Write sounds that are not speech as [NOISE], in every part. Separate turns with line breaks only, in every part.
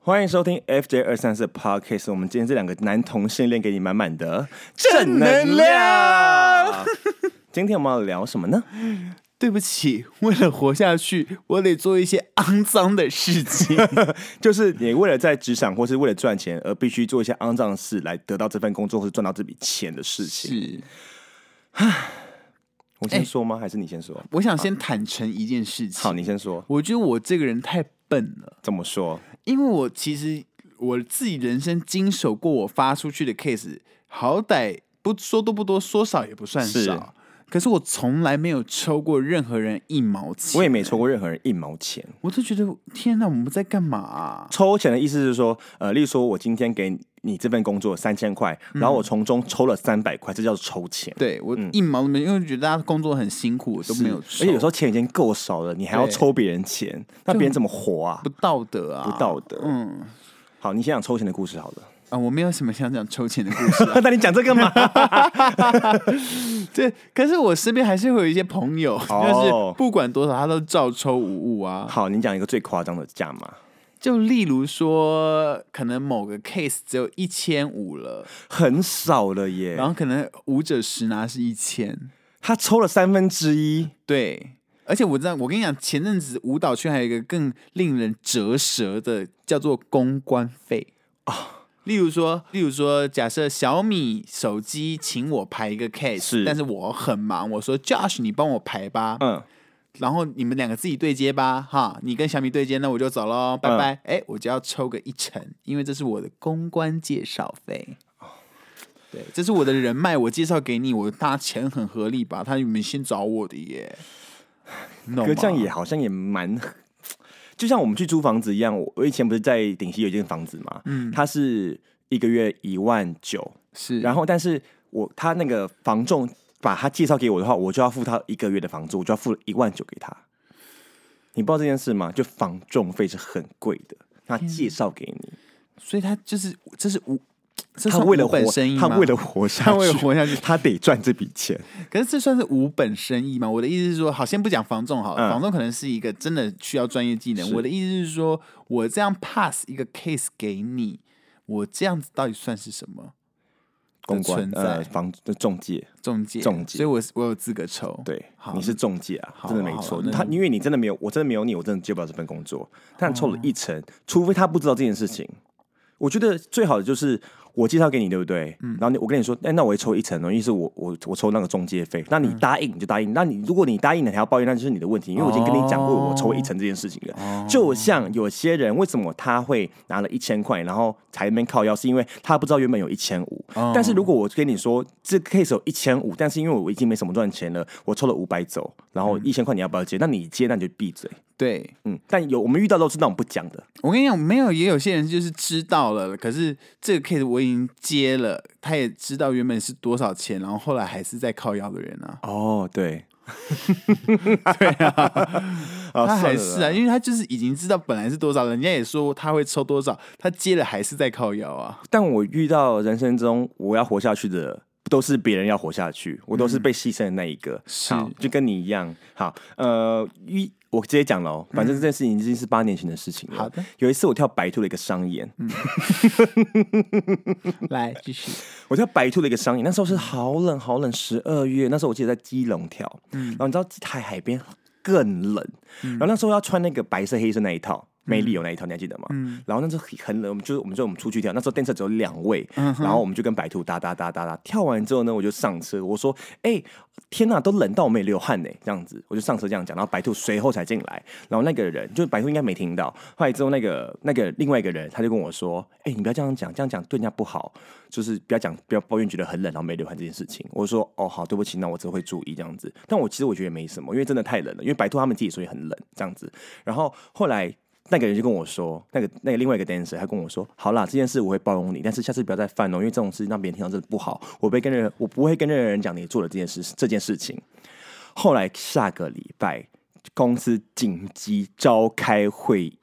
欢迎收听 FJ 二三四 Podcast。我们今天这两个男同性恋给你满满的
正能量。
今天我们要聊什么呢？ [LAUGHS]
对不起，为了活下去，我得做一些肮脏的事情。
[LAUGHS] 就是你为了在职场或是为了赚钱而必须做一些肮脏的事来得到这份工作或是赚到这笔钱的事情。
是，
我先说吗？还是你先说？
我想先坦诚一件事情。
好，你先说。
我觉得我这个人太笨了，
怎么说？
因为我其实我自己人生经手过我发出去的 case，好歹不说多不多，说少也不算
是
少。可是我从来没有抽过任何人一毛钱，
我也没抽过任何人一毛钱。
我都觉得天哪，我们在干嘛啊、
抽钱的意思是说，呃，例如说我今天给你这份工作三千块，
嗯
然后我从中抽了三百块，这叫做抽钱。
对我一毛都没有，因为觉得大家工作很辛苦，我都没有
而
抽，
且有时候钱已经够少了，你还要
对
抽别人钱，那别人怎么活啊
不？道德啊，
不道德。
嗯
好，你先讲抽钱的故事好了。
啊，我没有什么想讲抽钱的故事、 [LAUGHS]
[LAUGHS]
啊。
那你讲这个嘛？
对，可是我身边还是会有一些朋友，
哦
就是不管多少，他都照抽无误啊。
好，你讲一个最夸张的价码，
就例如说，可能某个 case 只有一千五了，
很少了耶
然。后可能五者十拿是一千，
他抽了三分之一，
对。而且我知道，我跟你讲，前阵子舞蹈圈还有一个更令人折舌的，叫做公关费
哦
啊。 [LAUGHS] 例如说，例如说，假设小米手机请我排一个 case，
是
但是我很忙，我说 Josh，你帮我排吧。
嗯，
然后你们两个自己对接吧，哈，你跟小米对接，那我就走喽，拜拜。哎、我就要抽个一成，因为这是我的公关介绍费。对，这是我的人脉，我介绍给你，我拿钱很合理吧？他你们先找我的耶， [LAUGHS] 可
可这样也好像也蛮，就像我们去租房子一样。我我以前不是在顶溪有一间房子嘛，嗯，它是一个月一万九，
是，
然后但是我他那个房仲把他介绍给我的话，我就要付他一个月的房租，我就要付一万九给他。你不知道这件事吗？就房仲费是很贵的，他介绍给你，
所以他就是这是无，这
他
算
为了
无
活
本生意，吗
他为了活下去，
他为了活下去，
他得赚这笔钱。
可是这算是无本生意吗？我的意思是说，好，先不讲房仲好
嗯
了，房仲可能是一个真的需要专业技能。我的意思是说，我这样 pass 一个 case 给你，我这样子到底算是什么
公关
存在
呃，房中介，
中介？
中介
所以我我有资格抽。
对，
好
你是中介啊，
好
真的没
好
错。
那
他因为你真的没有，我真的没有你，我真的接不了这份工作。但抽了一成，除非他不知道这件事情。我觉得最好的就是我介绍给你，对不对？然后你我跟你说，哎、那我也抽一成哦，因为是我我我抽那个中介费。那你答应你就答应，那你如果你答应了还要抱怨，那就是你的问题，因为我已经跟你讲过
哦
我抽一成这件事情了。就像有些人为什么他会拿了一千块，然后才在那边靠腰，是因为他不知道原本有一千五。但是如果我跟你说这 case 有一千五，但是因为我已经没什么赚钱了，我抽了五百走，然后一千块你要不要接？那你接，那你就闭嘴。
对，
嗯，但有我们遇到都是那种不讲的，
我跟你讲，没有，也有些人就是知道了，可是这个 case 我已经接了，他也知道原本是多少钱，然后后来还是在靠腰的人啊。
哦，对，对啊，
他
啊，
还
算
是
了啦
啊，因为他就是已经知道本来是多少，人家也说他会抽多少，他接了还是在靠腰啊。
但我遇到人生中我要活下去的，都是别人要活下去，我都是被牺牲的那一个。
嗯是
好，就跟你一样。好，呃，一我直接讲喽，反正这件事情已经是八年前的事情了。
嗯好的，
有一次我跳白兔的一个商演，
来，继续。
我在白兔的一个商演，那时候是好冷好冷，十二月，那时候我记得在基隆跳，然后你知道台海边更冷，然后那时候要穿那个白色黑色那一套。美丽有那一套，你还记得吗？然后那时候很冷，我们就我们就我们出去跳，那时候电车只有两位，然后我们就跟白兔哒哒哒哒哒跳完之后呢，我就上车，我说：“哎、天呐，都冷到我们也流汗呢。”这样子，我就上车这样讲，然后白兔随后才进来，然后那个人就是白兔应该没听到，后来之后那个那个另外一个人他就跟我说：“哎、你不要这样讲，这样讲对人家不好，就是不要讲不要抱怨觉得很冷然后没流汗这件事情。”我就说：“哦，好，对不起，那我只会注意这样子。”但我其实我觉得没什么，因为真的太冷了，因为白兔他们自己说也很冷这样子。然后后来那个人就跟我说，那个那个另外一个 dancer 他跟我说，好啦，这件事我会包容你，但是下次不要再犯哦，因为这种事让别人听到真的不好。我不会跟任何我不会跟任何人讲你做了这件事这件事情。后来下个礼拜公司紧急召开会议。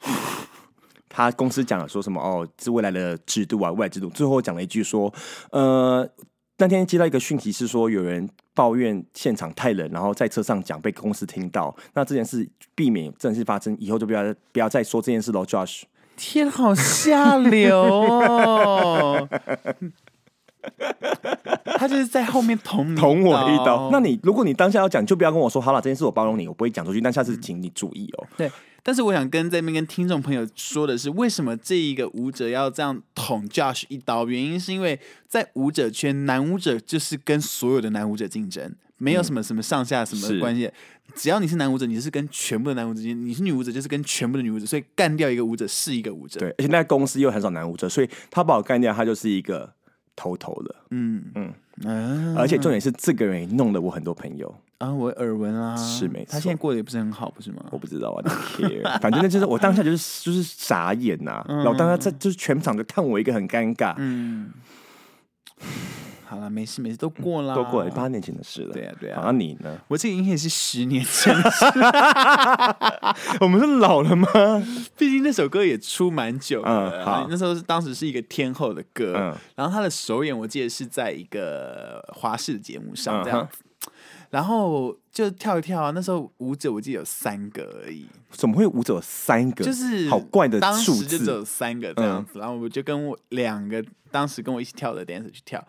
他公司讲了说什么哦，是未来的制度啊，未来制度。最后讲了一句说，呃，那天接到一个讯息是说有人抱怨现场太冷，然后在车上讲被公司听到，那这件事避免正式发生，以后就不要不要再说这件事喽，Josh。
天，好下流哦！他就是在后面捅你
捅我一刀。那
你
你如果你当下要讲，就不要跟我说好了，这件事我包容你，我不会讲出去，但下次请你注意哦。
对，但是我想跟这边跟听众朋友说的是，为什么这一个舞者要这样捅 Josh 一刀？原因是因为在舞者圈，男舞者就是跟所有的男舞者竞争，没有什么什么上下什
是
么关系。只要你是男舞者，你是跟全部的男舞者竞争；你是女舞者，就是跟全部的女舞者。所以干掉一个舞者是一个舞者。
对，而且那公司又很少男舞者，所以他把我干掉，他就是一个头头了。
嗯嗯啊
而且重点是，这个人也弄了我很多朋友，
啊，我耳闻啊，
是没
他现在过得也不是很好，不是吗？
我不知道啊 care，反正那就是我当下就是就是傻眼呐、然后当下在就是全场就看我一个很尴尬，
嗯，好了，没事没事，都过了，
嗯都过了。八年前的事了。
对啊对啊
好那你呢？ [LAUGHS]
我这个应该也是十年前 [LAUGHS] 的事，
我们是老了吗？
毕竟那首歌也出蛮久的。
嗯好
那时候是当时是一个天后的歌，
嗯
然后他的首演我记得是在一个华视的节目上
嗯
这样子，然后就跳一跳啊。那时候舞者我记得有三个而已，
怎么会舞者有三个？
就是
好怪的
当
数
时就只
字。嗯
有三个这样子，然后我就跟我两个当时跟我一起跳的 dancer 去跳，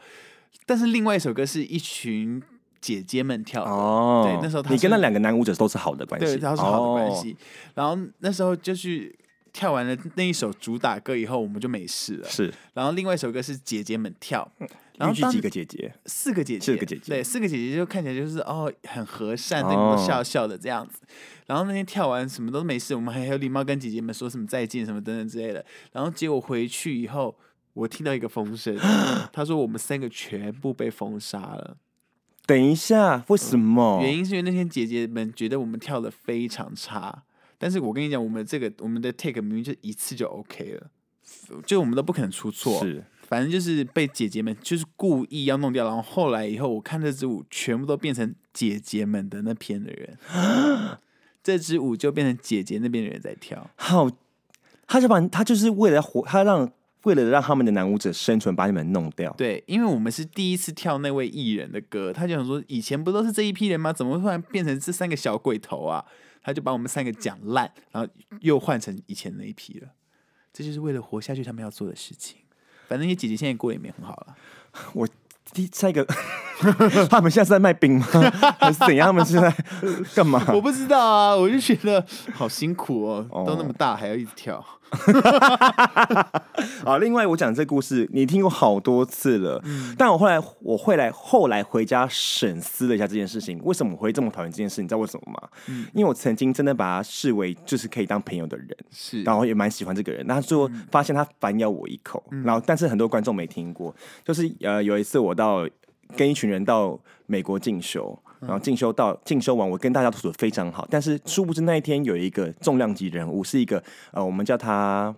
但是另外一首歌是一群姐姐们跳的，
哦，
对那时候他
你跟
是
那两个男舞者都是好的关系，
对，它是好的关
哦。
系。然后那时候就去跳完了那一首主打歌以后，我们就没事了。
是，
然后另外一首歌是姐姐们跳，
预
然后
计
当
几个姐姐？
四个姐姐，
四个姐姐
对，四个姐姐就看起来就是哦，很和善，
哦
对你们都笑笑的这样子。然后那天跳完什么都没事，我们还有礼貌跟姐姐们说什么再见什么等等之类的。然后结果回去以后，我听到一个风
[LAUGHS]
声，他说我们三个全部被封杀了，
等一下，为什么？
原因是因为那天姐姐们觉得我们跳的非常差。但是我跟你讲，我们这个我们的 take 明明就一次就 OK 了，就我们都不可能出错。
是
反正就是被姐姐们就是故意要弄掉，然后后来以后，我看这支舞全部都变成姐姐们的那篇的人，这支舞就变成姐姐那边的人在跳。
好，他就把他就是为了活，他让为了让他们的男舞者生存，把你们弄掉。
对，因为我们是第一次跳那位艺人的歌，他就想说，以前不都是这一批人吗？怎么会突然变成这三个小鬼头啊？他就把我们三个讲烂，然后又换成以前那一批了。这就是为了活下去，他们要做的事情。反正那些姐姐现在过得也没很好了。
我第下一个， [LAUGHS] 他们现在是在卖冰吗？ [LAUGHS] 还是怎样？他们是在干嘛？
[LAUGHS] 我不知道啊，我就觉得好辛苦哦，
哦
都那么大还要一直跳。
啊，另外我讲这故事，你听过好多次了，但我后来我会来后来回家审思了一下这件事情，为什么我会这么讨厌这件事？你知道为什么吗？因为我曾经真的把他视为就是可以当朋友的人，
是
然后也蛮喜欢这个人，那最后发现他反咬我一口，然后但是很多观众没听过，就是呃有一次我到跟一群人到美国进修。然后进修到进修完，我跟大家都处的非常好，但是殊不知那一天有一个重量级人物，是一个呃，我们叫他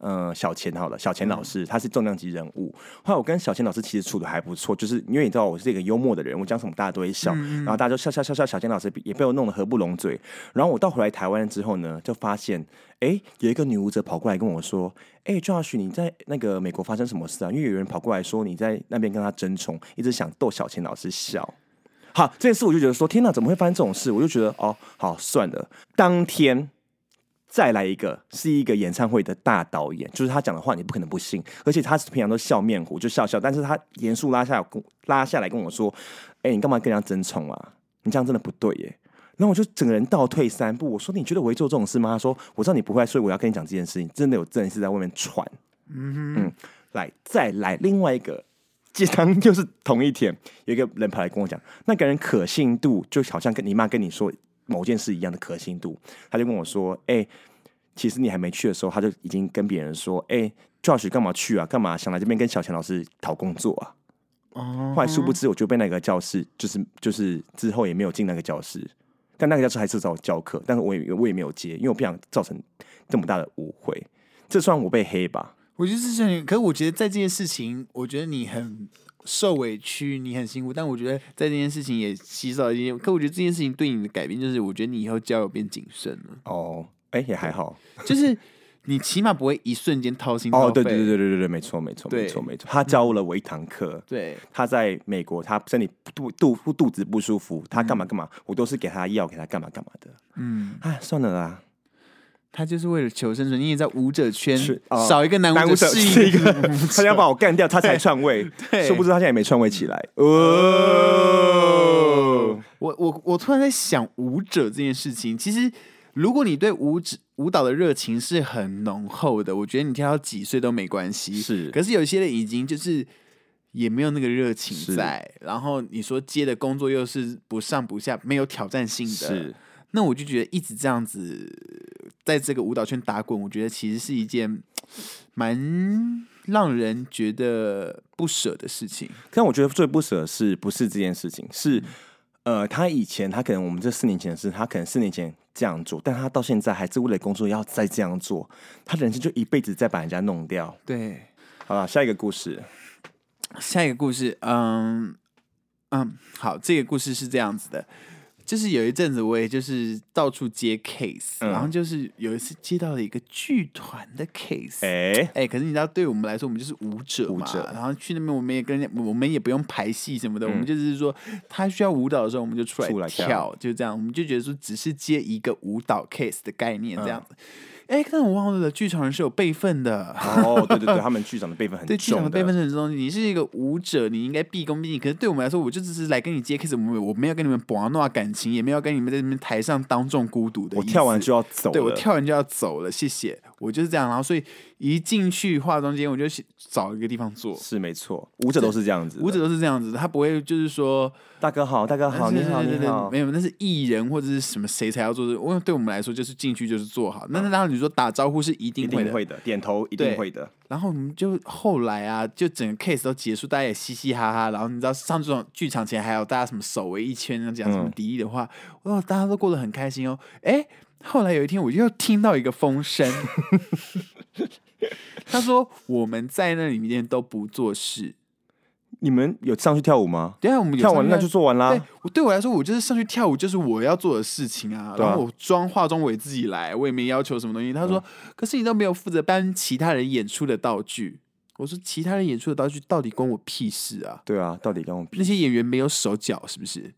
呃小钱好了，小钱老师他是重量级人物。后来我跟小钱老师其实处的还不错，就是因为你知道我是一个幽默的人，我讲什么大家都会笑，然后大家就笑笑笑笑。小钱老师也被我弄得合不拢嘴。然后我到回来台湾之后呢，就发现哎、诶有一个女舞者跑过来跟我说：“哎、j o s h 你在那个美国发生什么事啊？”因为有人跑过来说你在那边跟他争宠，一直想逗小钱老师笑。好，这件事我就觉得说，天哪，怎么会发生这种事？我就觉得哦，好算了。当天再来一个，是一个演唱会的大导演，就是他讲的话你不可能不信，而且他是平常都笑面虎，就笑笑，但是他严肃拉下跟拉下来跟我说：“哎、你干嘛跟人家争宠啊？你这样真的不对耶。”然后我就整个人倒退三步，我说：“你觉得我会做这种事吗？”他说：“我知道你不会，所以我要跟你讲这件事情，真的有这件事在外面传。”嗯，来再来另外一个，鸡汤就是同一天，有一个人跑来跟我讲，那个人可信度就好像跟你妈跟你说某件事一样的可信度，他就跟我说，哎、其实你还没去的时候，他就已经跟别人说，哎、j o s h 干嘛去啊？干嘛想来这边跟小强老师讨工作啊？
哦，
后来殊不知，我就被那个教室，就是就是之后也没有进那个教室，但那个教室还是找我教课，但是我也我也没有接，因为我不想造成这么大的误会。这算我被黑吧？
我觉得这是，可是我觉得在这件事情，我觉得你很受委屈，你很辛苦，但我觉得在这件事情也吸收了一些。可我觉得这件事情对你的改变，就是我觉得你以后交友变谨慎了，
哦，哎、也还好。
就是你起码不会一瞬间掏心掏肺。
哦，对对对对对对，没错没错
对
没错没错，他教了我一堂课。
对
他在美国，他身体肚肚肚子不舒服，他干嘛干嘛，我都是给他药，给他干嘛干嘛的。
嗯，
啊哎，算了啦，
他就是为了求生存，因为在舞者圈
是哦
少一个男
男
舞
舞者
是
是
一
一
个 [LAUGHS]
个，他要把我干掉，他才篡位。
对
殊不知他现在也没篡位起来。哦，
我我我突然在想舞者这件事情，其实如果你对舞者舞蹈的热情是很浓厚的，我觉得你跳到几岁都没关系。
是
可是有些人已经就是也没有那个热情
是
在，然后你说接的工作又是不上不下，没有挑战性的
是，
那我就觉得一直这样子在这个舞蹈圈打滚，我觉得其实是一件蛮让人觉得不舍的事情。
但我觉得最不舍的是不是这件事情，是
嗯
呃，他以前他可能我们这四年前的事，他可能四年前这样做，但他到现在还是为了工作要再这样做，他人生就一辈子再把人家弄掉。
对，
好了，下一个故事，
下一个故事，嗯嗯，好，这个故事是这样子的，就是有一阵子我也就是到处接 case，、
嗯
然后就是有一次接到了一个剧团的 case，哎、
哎、
可是你知道，对我们来说，我们就是舞者嘛，
舞者
然后去那边我们也跟人家，我们也不用排戏什么的，我们
嗯
就是说他需要舞蹈的时候，我们就出来
出来
跳，
跳
就这样，我们就觉得说只是接一个舞蹈 case 的概念这样
嗯
子。哎、但我忘了，剧场人是有备份的。
哦，对对对，他们剧长的辈分很
[LAUGHS] 对剧场
重
的
的，
辈分是很重，你是一个舞者，你应该毕恭毕敬。可是对我们来说，我就只是来跟你接 case，我们我没有跟你们玩闹感情，也没有跟你们在那边台上当众孤独的意
我
思。
跳完就要走了，
对我跳完就要走了，谢谢。我就是这样，然后所以一进去化妆间，我就去找一个地方坐。
是没错，舞者都是这样子的，
舞者都是这样子的，他不会就是说，
大哥好，大哥好，
对
你好
对对
你
对
好
没，有，那是艺人或者是什么谁才要做的。因为对我们来说，就是进去就是坐好。那那当然，你说打招呼是一
一
定会的
定，会的，点头一
对
定会的，
然后我们就后来啊，就整个 case 都结束，大家也嘻嘻哈哈。然后你知道上这种剧场前还有大家什么手围一圈，然后讲什么
嗯
敌意的话，哇，大家都过得很开心哦。哎，后来有一天我又听到一个
[LAUGHS]
风声，他说我们在那里面都不做事。
你们有上去跳舞吗？
对啊，我们有
跳完
上
那
去
就做完
对
啦。
我对我来说，我就是上去跳舞，就是我要做的事情啊。
对啊
然后我妆化妆我也自己来，我也没要求什么东西。他说，可是你都没有负责搬其他人演出的道具。我说，其他人演出的道具到底关我屁事啊？
对啊，到底跟我比？
那些演员没有手脚，是不是？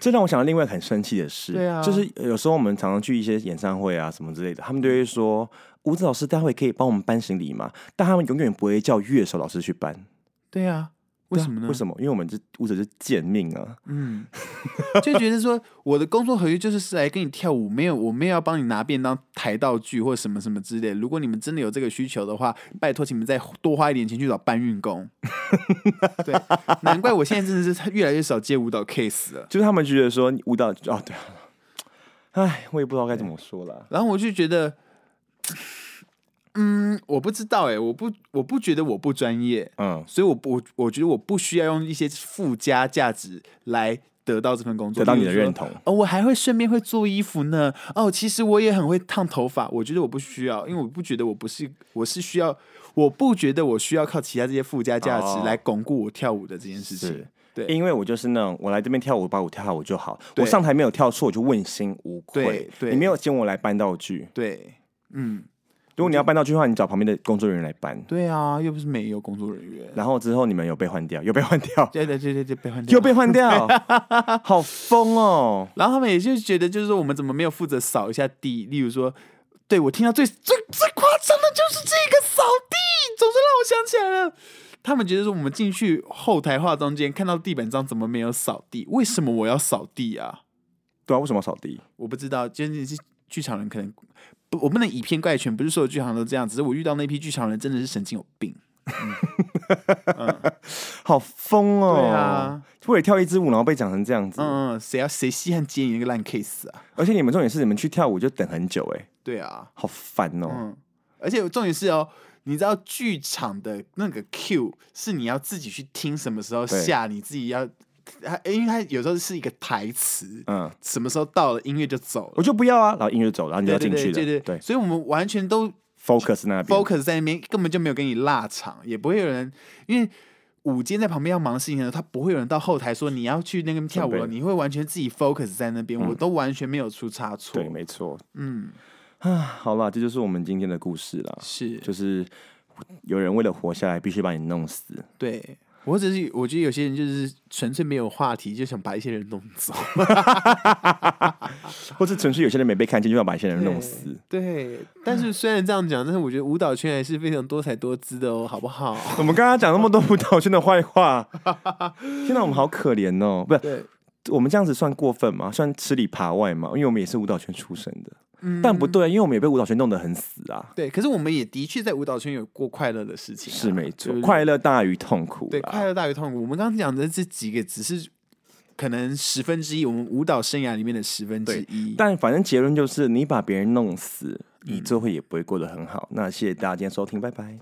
这让我想到另外一个很生气的事，
对啊
就是有时候我们常常去一些演唱会啊什么之类的，他们就会说舞蹈老师待会可以帮我们搬行李吗？但他们永远不会叫乐手老师去搬，
对啊，为什么呢？
为什么？因为我们这舞者是贱命啊，
嗯， [LAUGHS] 就觉得说我的工作合约就是是来跟你跳舞，没有我没有要帮你拿便当、抬道具或什么什么之类的。如果你们真的有这个需求的话，拜托请你们再多花一点钱去找搬
[LAUGHS]
运工。对，难怪我现在真的是越来越少接舞蹈 case 了。
就是他们觉得说舞蹈哦对啊，唉，我也不知道该怎么说了。
然后我就觉得，嗯，我不知道哎、我不我不觉得我不专业，
嗯，
所以我不我我觉得我不需要用一些附加价值来得到这份工作，
得到你的
例如说
认同
哦，我还会顺便会做衣服呢。哦，其实我也很会烫头发，我觉得我不需要，因为我不觉得我不是我是需要，我不觉得我需要靠其他这些附加价值
哦
来巩固我跳舞的这件事情。
是
对
因为我就是那种我来这边跳舞，把舞跳好我就好。
对
我上台没有跳错，我就问心无愧
对。对
你没有请我来搬道具，
对，嗯，
如果你要搬道具的话，你找旁边的工作人员来搬。
对啊，又不是没有工作人员。
然后之后你们有被换掉，有被换
[LAUGHS]
掉，
对对对对对，被换掉
又被换掉，好疯哦！
然后他们也就觉得，就是说我们怎么没有负责扫一下地？例如说，对我听到最最最夸张的就是这个扫地，总是让我想起来了。他们觉得说我们进去后台化妆间看到地板上怎么没有扫地？为什么我要扫地啊？
对啊，为什么要扫地？
我不知道，就是剧场人可能不，我不能以偏概全，不是所有剧场人都这样，只是我遇到那批剧场人真的是神经有病。
好疯哦！
对啊，
为了跳一支舞，然后被讲成这样子，
嗯嗯，谁要谁稀罕接你那个烂 case 啊？
而且你们重点是你们去跳舞就等很久、哎，
对啊，
好烦哦！
嗯，而且重点是哦，你知道剧场的那个 Q 是你要自己去听什么时候
对
下，你自己要，它因为它有时候是一个台词，
嗯，
什么时候到了音乐就走
我
了，
就不要啊，然后音乐就走了，然后你就
对
要
对
进去嗯
对
了，
对对所以我们完全都
focus 那边
focus 在那边，根本就没有给你落场，也不会有人因为。舞间在旁边要忙事情的时候，他不会有人到后台说你要去那边跳舞了，
准备
你会完全自己 focus 在那边，我都完全没有出差
嗯
错
对，。没错
嗯，
啊，好啦，这就是我们今天的故事啦，
是，
就是有人为了活下来，必须把你弄死，
对，我只是我觉得有些人就是纯粹没有话题，就想把一些人弄走。
或是纯粹有些人没被看见，就要把一些人弄死。
[LAUGHS] 对，但是虽然这样讲，但是我觉得舞蹈圈还是非常多才多姿的哦，好不好？
我们刚刚讲那么多舞蹈圈的坏话，天哪，我们好可怜哦！不是，
[LAUGHS] 对，
我们这样子算过分吗？算吃里扒外吗？因为我们也是舞蹈圈出身的，
嗯
但不对啊，因为我们也被舞蹈圈弄得很死啊。
对，可是我们也的确在舞蹈圈有过快乐的事情啊、
是没错
对不，对
快乐大于痛苦。
对，快乐大于痛苦。我们刚刚讲的这几个只是可能十分之一，我们舞蹈生涯里面的十分之一。
但反正结
嗯
论就是，你把别人弄死，你最后也不会过得很好。那谢谢大家今天收听，拜拜。